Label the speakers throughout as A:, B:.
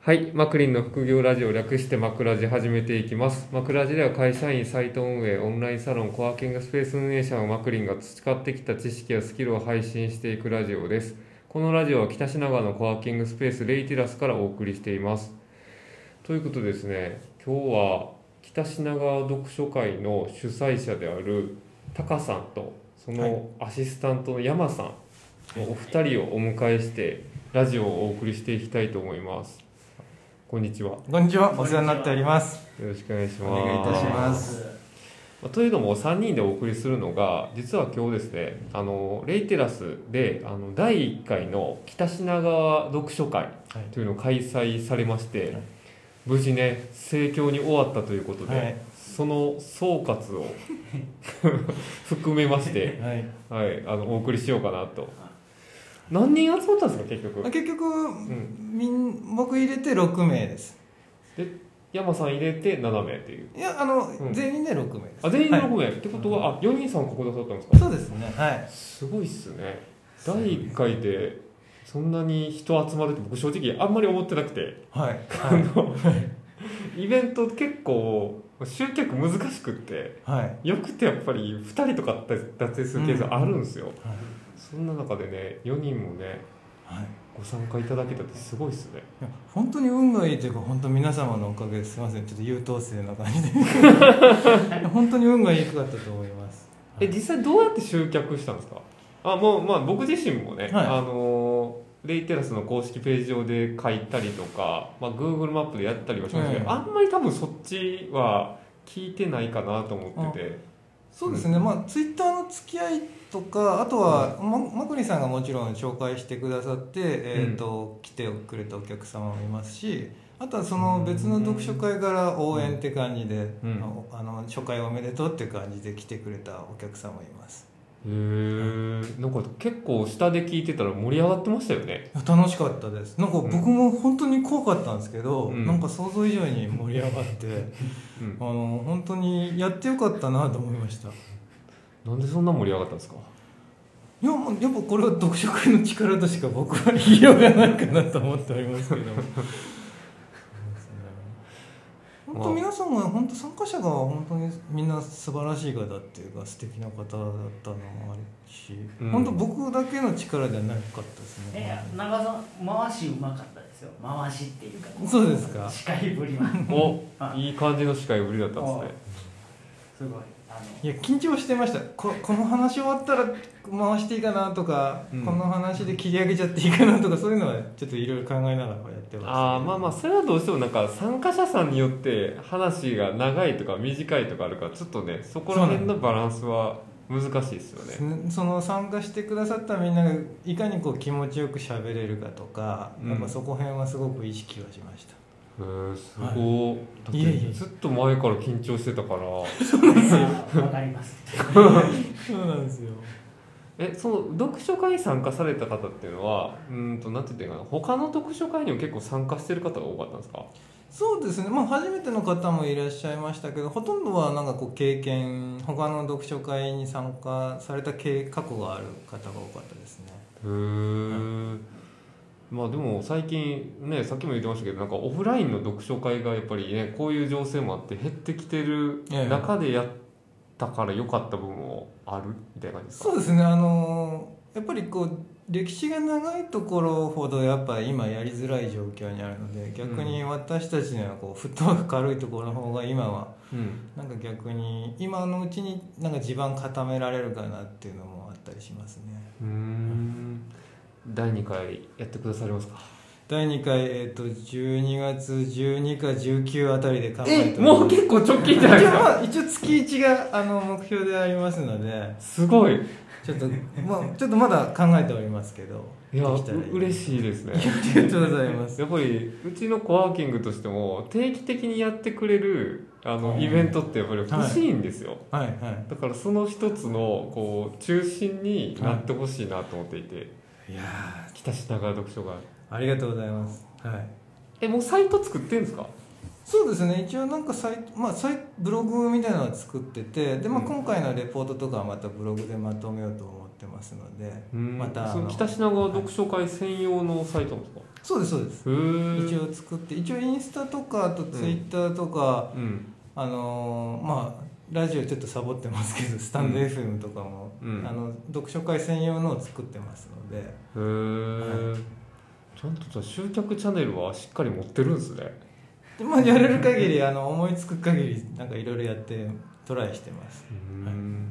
A: はい、マクリンの副業ラジオ略してマクラジ始めていきます。マクラジでは会社員、サイト運営、オンラインサロン、コワーキングスペース運営者のマクリンが培ってきた知識やスキルを配信していくラジオです。このラジオは北品川のコワーキングスペースレイティラスからお送りしています。ということでですね、今日は北品川読書会の主催者であるタカさんとそのアシスタントの山さんのお二人をお迎えしてラジオをお送りしていきたいと思います。こんにちは。よ
B: こんにちは、お世話になっております。
A: ろしくお願いし
B: お
A: ます。
B: 願いいたします。
A: まあというのも3人でお送りするのが実は今日ですねあのレイテラスであの第1回の北品川読書会というのを開催されまして、
B: はい
A: 無事ね盛況に終わったということで、
B: はい
A: その総 括を含めまして、
B: はい、
A: はい、あのお送りしようかなと何人集まったんですか結
B: ま
A: 局
B: あ結局、
A: ん
B: みん僕入れて6名です。
A: 山さん入れて7名という
B: いや、あの、
A: ん
B: 全員で6名です。
A: あ全員6
B: は
A: 名、ってことはあ4人さんここでだったんですか
B: いそうですね、はい。
A: すごいっすね第1回でそんなに人集まるって僕正直あんまり思ってなくて
B: はい。
A: あのイベント結構集客難しくって
B: はい。はい
A: よくてやっぱり2人とかだったりするケースあるんですよ、そんな中でね4人もね
B: はい。
A: ご参加いただけたってすごいっすね
B: いや本当に運がいいというか、本当皆様のおかげです。すみません、ちょっと優等生な感じで。いや本当に運がいいかったと思います。
A: え実際どうやって集客したんですかあもうまあ僕自身もね、
B: はい
A: あのーレイテラスの公式ページ上で書いたりとか、まあ、Google マップでやったりはしましたけど、
B: はい
A: あんまり多分そっちは聞いてないかなと思ってて
B: そうですね、まあツイッターの付き合いとかあとは、まマクリンさんがもちろん紹介してくださって、えーと来てくれたお客様もいますしあとはその別の読書会から応援って感じで、
A: うん
B: あのあの初回おめでとうって感じで来てくれたお客様もいます
A: へえんか結構下で聞いてたら盛り上がってましたよね
B: いや楽しかったですなんか僕も本当に怖かったんですけど、
A: うん
B: なんか想像以上に盛り上がって、
A: うん
B: あの本当にやってよかったなと思いました
A: なんでそんな盛り上がったんですか
B: いやもうやっぱこれは読書会の力としか僕は 言いようがないかなと思っておりますけど 本当皆さんが本当参加者が本当にみんな素晴らしい方っていうか素敵な方だったのもあるし、
A: うん
B: 本当僕だけの力じゃなかったです
C: いや
B: ね、
C: 長さん回しうまかったですよ回しっていうか
B: そうですか
C: 司会ぶりは
A: お
C: あ
A: いい感じの司会ぶりだったんですね
C: すごいあ
B: いや緊張してましたここの話終わったら回していいかなとか、
A: うん
B: この話で切り上げちゃっていいかなとかそういうのはちょっといろいろ考えながらやってました
A: ああまあまあそれはどうしてもなんか参加者さんによって話が長いとか短いとかあるからちょっとねそこら辺のバランスは難しいですよね
B: その参加してくださったみんながいかにこう気持ちよく喋れるかとか、
A: うん
B: やっぱそこ辺はすごく意識はしました
A: へえすごい、だって
B: いえいえ
A: ずっと前から緊張してたから
C: のわかります
B: そうなんですよ
A: えその読書会に参加された方っていうのはうーんとなんて言ってんかな他の読書会にも結構参加してる方が多かったんですか
B: そうですねまあ初めての方もいらっしゃいましたけどほとんどはなんかこう経験他の読書会に参加された経過去がある方が多かったですね
A: へえまあでも最近ねさっきも言ってましたけどなんかオフラインの読書会がやっぱりねこういう情勢もあって減ってきてる
B: ええ
A: 中でやったから良かった部分もあるみたいな感じですか
B: そうですねあのーやっぱりこう歴史が長いところほどやっぱ今やりづらい状況にあるので逆に私たちにはこうフットワーク軽いところの方が今は
A: うん
B: なんか逆に今のうちになんか地盤固められるかなっていうのもあったりしますね
A: うーん第2回やってくださりますか
B: 第2回、えっと12月12か19あたりで考え
A: え
B: ております
A: もう結構直近じゃないで
B: 一応
A: すか
B: まあ 一応月1があの目標でありますのです
A: ごい
B: ちょっと,、ま あ、ちょっとまだ考えておりますけど
A: いや
B: できたらいい
A: い嬉しいですね
B: ありがとうございます
A: やっぱりうちのコワーキングとしても定期的にやってくれるあの
B: うん
A: イベントってやっぱり欲しいんですよ、
B: はいは
A: だからその一つのこう中心になってほしいなと思っていて、
B: いいや
A: 北品川読書が
B: ーありがとうございますはい
A: えもうサイト作ってるんですか
B: そうですね一応なんかサイ、まあ、サイブログみたいなのは作っててで、まあ、
A: うん
B: 今回のレポートとかはまたブログでまとめようと思ってますので、
A: うん
B: またあ
A: その
B: の
A: 北品川読書会専用のサイトなんですか
B: そうですそうです
A: ふー
B: 一応作って一応インスタとかあとツイッターとか、
A: うん
B: あのーまあラジオちょっとサボってますけどスタンド
A: うん
B: FM とかも、
A: うん
B: あの読書会専用のを作ってますので
A: へーちゃんとさ集客チャンネルはしっかり持ってるんですね
B: でまあやれる限りあの思いつく限りなんかいろいろやってトライしてます
A: うん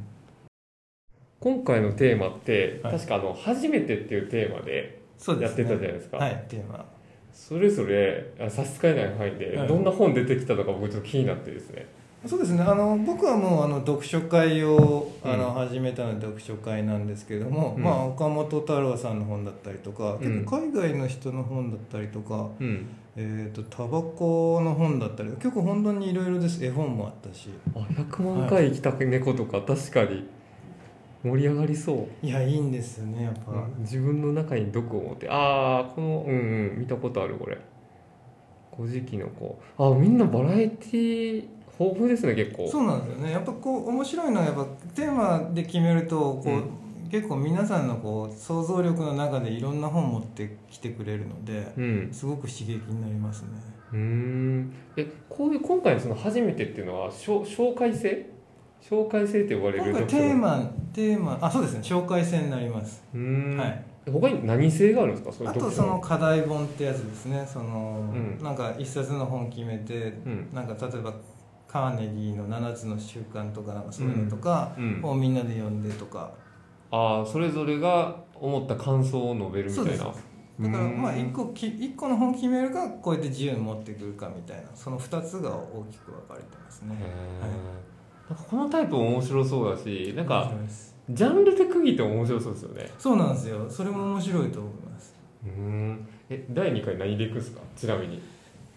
A: 今回のテーマって、
B: はい
A: 確かあの「初めて」っていうテーマで
B: そうです、ね、
A: やってたじゃないですか
B: はいテーマ
A: それぞれあ差し支えない範囲で、
B: はい
A: どんな本出てきたのか僕ちょっと気になってですね
B: そうですねあの僕はもうあの読書会をあの、
A: うん
B: 始めたので読書会なんですけれども、
A: うん
B: まあ、岡本太郎さんの本だったりとか、
A: うん
B: 結構海外の人の本だったりとか、
A: うん
B: えー、とタバコの本だったり結構本当にいろいろです絵本もあったし
A: あ100万回行きたく猫とか確かに盛り上がりそう、
B: いやいいんですよねやっぱ、
A: 自分の中に毒を持ってああこのうんうん見たことあるこれ古事記の子あみんなバラエティ豊富ですね結構
B: そうなんですよねやっぱこう面白いのはやっぱテーマで決めるとこう、
A: うん
B: 結構皆さんのこう想像力の中でいろんな本持ってきてくれるので
A: うん
B: すごく刺激になりますね
A: うーんえこういう今回のその初めてっていうのはしょ紹介制紹介制って呼ばれる
B: 今回テーマテーマあそうですね紹介制になります、
A: うーん、
B: はい、
A: 他に何制があるんですかそれ
B: あと
A: 読書
B: その課題本ってやつですねその、
A: うん
B: なんか一冊の本決めて
A: うん
B: なんか例えばカーネギーの7つの習慣とかなんかそういうのとか
A: うん
B: をみんなで読んでとか、
A: ああそれぞれが思った感想を述べるみたいな
B: そうだからまあ1個き一個の本決めるかこうやって自由に持ってくるかみたいなその2つが大きく分かれてますね
A: へー
B: はい
A: なんかこのタイプも面白そうだしなん
B: 面
A: か
B: 白いです
A: ジャンルで区切っても面白そうですよね
B: そうなんですよそれも面白いと思います
A: うーんえ第2回何でいくんですかちなみに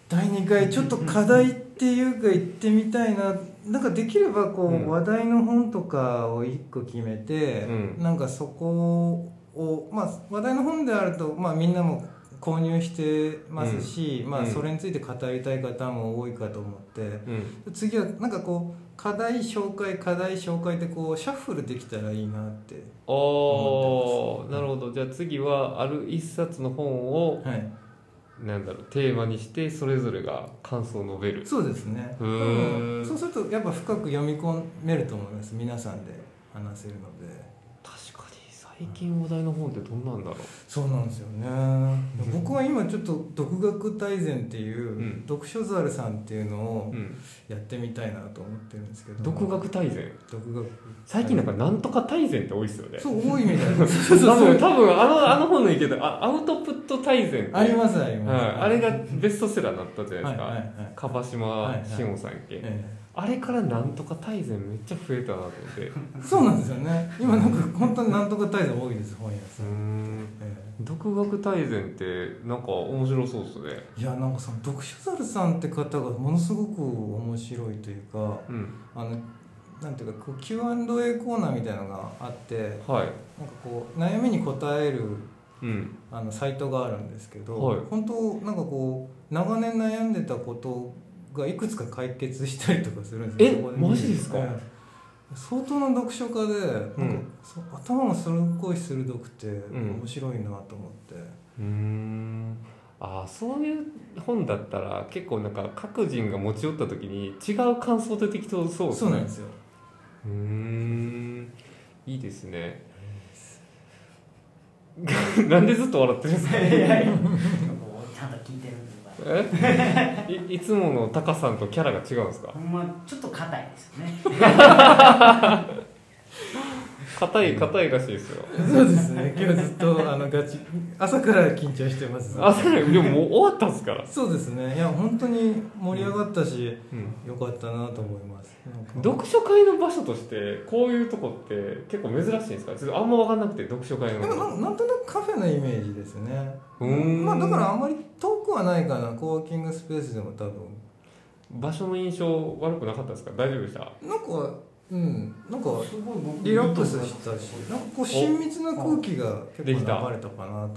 B: 第2回ちょっと課題っていうか行ってみたいななんかできればこう、
A: うん
B: 話題の本とかを1個決めて、
A: うん
B: なんかそこを、まあ、話題の本であると、まあ、みんなも購入してますし、
A: うん
B: ま
A: う
B: あ、
A: ん
B: それについて語りたい方も多いかと思って、
A: うん
B: 次はなんかこう課題紹介課題紹介ってこうシャッフルできたらいいなって、
A: あ
B: 思っ
A: あ
B: てます
A: なるほどじゃあ次はある一冊の本を
B: はい、
A: なんだろうテーマにしてそれぞれが感想を述べる
B: そうですね
A: へー
B: そうするとやっぱ深く読み込めると思います皆さんで話せるので。
A: 確かに最近話題の本ってどんなんだろ
B: そうなんですよね
A: うん
B: 僕は今ちょっと独学大全っていう、
A: うん
B: 読書ザルさんっていうの
A: う、
B: を
A: うん、
B: やってみたいなと思ってるんですけど
A: 独学大全
B: 独学
A: 最近なんかなんとか大全って多いですよね
B: そう多い みたいな
A: 多
B: そうそうそ
A: 分
B: う
A: 多分あのあの本のいいけどあアウトプット大全って
B: ありますあり
A: は
B: ます、
A: い、あれがベストセラーになったじゃないですか、
B: はいはいはい
A: 樺島志音さんやっけ、
B: え
A: あれからなんとか大全めっちゃ増えたなと思 ってう
B: えそうなんですよね今なんか本当になんとか大全多いです本屋さ
A: ー
B: ん、
A: ん
B: え
A: 独学大全ってなんか面白そうですね
B: えいやなんかその読書ザルさんって方がものすごく面白いというか
A: うん
B: あのなんていうかこう Q&A コーナーみたいなのがあって
A: はい
B: なんかこう悩みに答える
A: うん
B: あのサイトがあるんですけど、
A: はい
B: 本当なんかこう長年悩んでたことがいくつか解決したりとかするんですよ
A: え
B: そこ
A: マジですか
B: ええ相当な読書家で、
A: うん
B: なんかそう頭もすっごい鋭くて、
A: ん
B: 面白いなと思って
A: うーんああそういう本だったら結構なんか各人が持ち寄った時に違う感想出てきそうそうです
B: そうなん
A: ね
B: ですよ
A: うーんいいですね なんでずっと笑ってるんですか
C: いやいやもうちゃんと聞いてるんでよかっ
A: え いいつものタカさんとキャラが違うんです
C: た
A: か
C: ほんまちょっと硬いです よね
A: 硬い硬いらしいですよ
B: そうですね今日ずっとあのガチ朝から緊張してます
A: あそれでももう終わったんですから、
B: そうですねいや本当に盛り上がったし、
A: うん、
B: 良かったなと思いますなんか
A: 読書会の場所としてこういうとこって結構珍しいんですかちょっとあんま分かんなくて読書会の
B: でもなんなんとなくカフェのイメージですね
A: うーん
B: まあだからあんまり遠くはないかなコワーキングスペースでも多分
A: 場所の印象悪くなかったですか大丈夫でした
B: なんかうんなんか
C: すごい僕
B: リラックスしたしなんかこう親密な空気が結構流
A: で
B: れ
A: きた
B: たかなと思い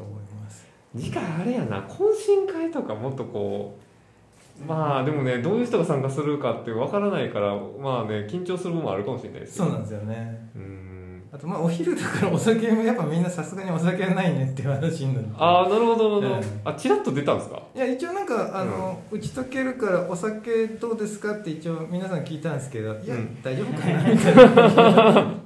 B: ます
A: 次回あれやな懇親会とかもっとこうまあでもねどういう人が参加するかって分からないからまあね緊張する部分もあるかもしれないです
B: そ
A: よ
B: うなんですよね
A: うーん
B: あとまあお昼とかお酒もやっぱみんなさすがにお酒はないねっていう話になって
A: ああなるほどなるほど、
B: うん
A: あチラッと出たんですか
B: いや一応なんかあの、打ち解けるからお酒どうですかって一応皆さん聞いたんですけどいや、
A: うん
B: 大丈夫かなみたいな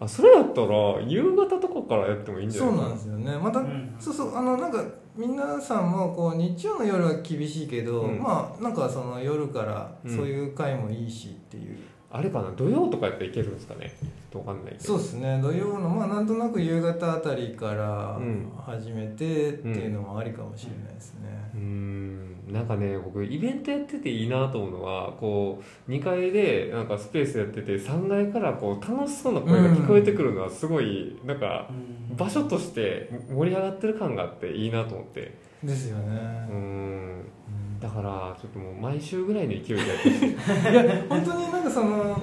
A: あそれだったら夕方とかからやってもいいんじゃ
B: そ
A: ないうです
B: な
A: か
B: んですよねまた、
C: うん
B: そうそうあのなんか皆さんもこう日曜の夜は厳しいけど、
A: うん
B: まあなんかその夜から
A: うん
B: そういう会もいいしっていう、
A: あれかな土曜とかやったらいけるんですかねちょっとわかんないけど
B: そうですね土曜のまあなんとなく夕方あたりから
A: うん
B: 始めてっていうのもありかもしれないですね、
A: うーんなんかね僕イベントやってていいなと思うのはこう2階でなんかスペースやってて3階からこう楽しそうな声が聞こえてくるのはすごい、なんか
C: うん
A: 場所として盛り上がってる感があっていいなと思って
B: ですよ
A: う
B: ね
A: ー、ん
B: うん
A: だからちょっともう毎週ぐらいの勢いでやってほしい、うん、
B: いや本当になんかその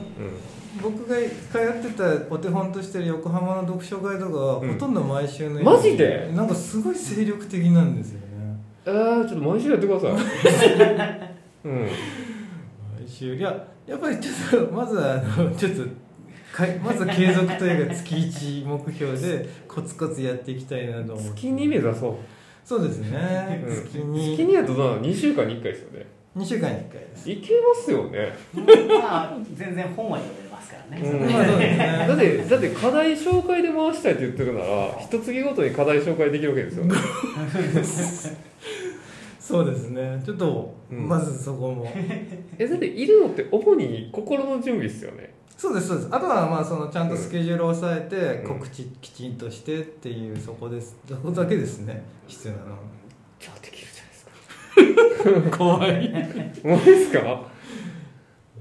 B: 僕が通ってたお手本としてる横浜の読書会とかは、
A: うん
B: ほとんど毎週のように
A: マジで
B: なんかすごい精力的なんですよね
A: えー、ちょっと毎週やってください うん
B: 毎週いややっぱりちょっとまずはあのちょっと かいまずは継続というか月1目標でコツコツやっていきたいなと思って
A: 月2目指そう、
B: そうですね、
A: うん、
B: 月
A: 月
B: に
A: 2やとどうなの2週間に1回ですよね
B: 2週間に1回です
A: いけますよね
C: まあ全然本は読めますからね、
A: うん
B: まあそうですね
A: だってだって課題紹介で回したいって言ってるなら一月ごとに課題紹介できるわけですよね
B: そうですねちょっと、
A: うん
B: まずそこも
A: えだっているのって主に心の準備ですよね
B: そうですそうですあとはまあそのちゃんとスケジュールを抑えて
A: うん
B: 告知きちんとしてっていうそこですそこだけですね必要なのは
A: じゃあできるじゃないですか
B: 怖い
A: マジですか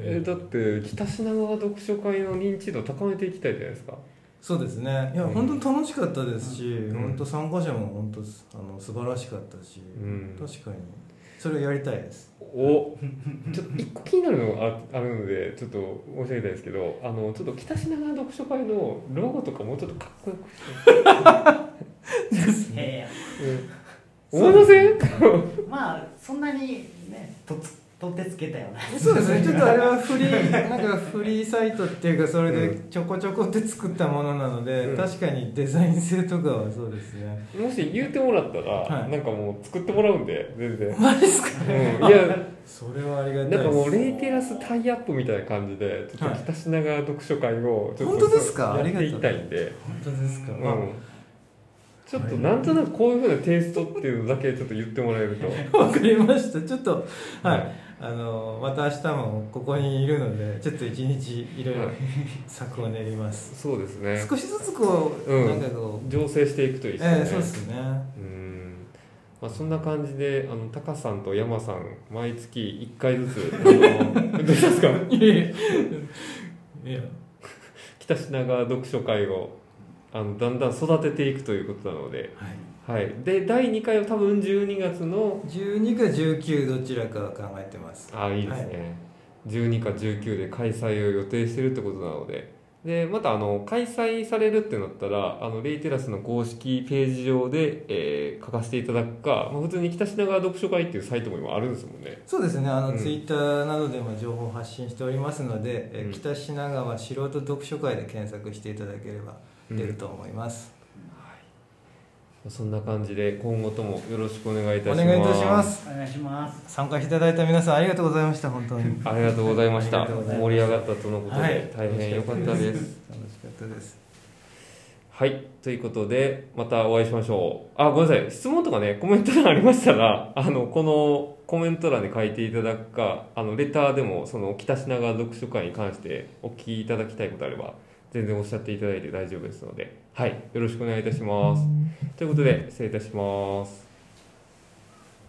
A: えだって北品川読書会の認知度高めていきたいじゃないですか
B: そうですねいや
A: うん
B: 本当に楽しかったですし、
A: ん
B: 本当参加者も本当すあの素晴らしかったし、
A: うん
B: 確かにそれをやりたいです
A: おちょっと一個気になるのがああるのでちょっと申し上げたいですけどあのちょっと北品川読書会のロゴとかもうちょっとかっこよくして、
C: いやいや
A: うん、思いません
C: まあそんなにねとつ取ってつけたような
B: そうですねちょっとあれはフリーなんかフリーサイトっていうかそれでちょこちょこって作ったものなので、
A: うん
B: 確かにデザイン性とかはそうですね
A: もし言うてもらったら、
B: はい
A: なんかもう作ってもらうんで全然、
B: マジですか
A: うん、いや
B: それはありがたい
A: なんかもう
B: です
A: レイテラスタイアップみたいな感じでちょっと北品川読書会をちょっと、
B: 本当ですか
A: やっていきたいんで、
B: 本当ですか、
A: う
B: まあ
A: ん、ちょっとなんとなくこういうふうなテイストっていうのだけちょっと言ってもらえると
B: わかりました。ちょっと、は
A: はい
B: い。あの、また明日もここにいるので、ちょっと一日いろいろ
A: はい
B: 策を練ります。
A: そうですね
B: 少しずつこう、
A: うん
B: なんかこう、
A: 醸成していくといいですね、
B: ええそうで すね。
A: うんまあ、そんな感じであのタカさんとヤマさん毎月1回ずつあの どうしたんですか
B: いやいやいや、
A: 北品川読書会をあのだんだん育てていくということなので、
B: は
A: は
B: い。
A: い、で第2回は多分12月の
B: 12か19どちらか考えてます。
A: あいいですね、12か19で開催を予定してるってことなのででまたあの開催されるってなったらあのレイテラスの公式ページ上で、えー書かせていただくか、まあ、普通に北品川読書会っていうサイトも今あるんですもんね
B: そうですね。あの、
A: うん
B: ツイッターなどでも情報を発信しておりますので、え
A: うん
B: 北品川素人読書会で検索していただければ出ると思います。
A: そんな感じで今後ともよろしくお願いいた
B: お
A: します
B: 願いいたします。
C: お願いします
B: 参加していただいた皆さんありがとうございました本当に
A: ありがとうございました
B: ありがとうございます
A: 盛り上がったとのことで、
B: はい
A: 大変良かったです
B: 楽しかったです
A: はい。ということで、またお会いしましょう。あ、ごめんなさい。質問とかね、コメント欄ありましたら、 あの、このコメント欄に書いていただくか、あの、レターでも、その、北品川読書会に関してお聞きいただきたいことあれば、全然おっしゃっていただいて大丈夫ですので、はい。よろしくお願いいたします。ということで、失礼いたします。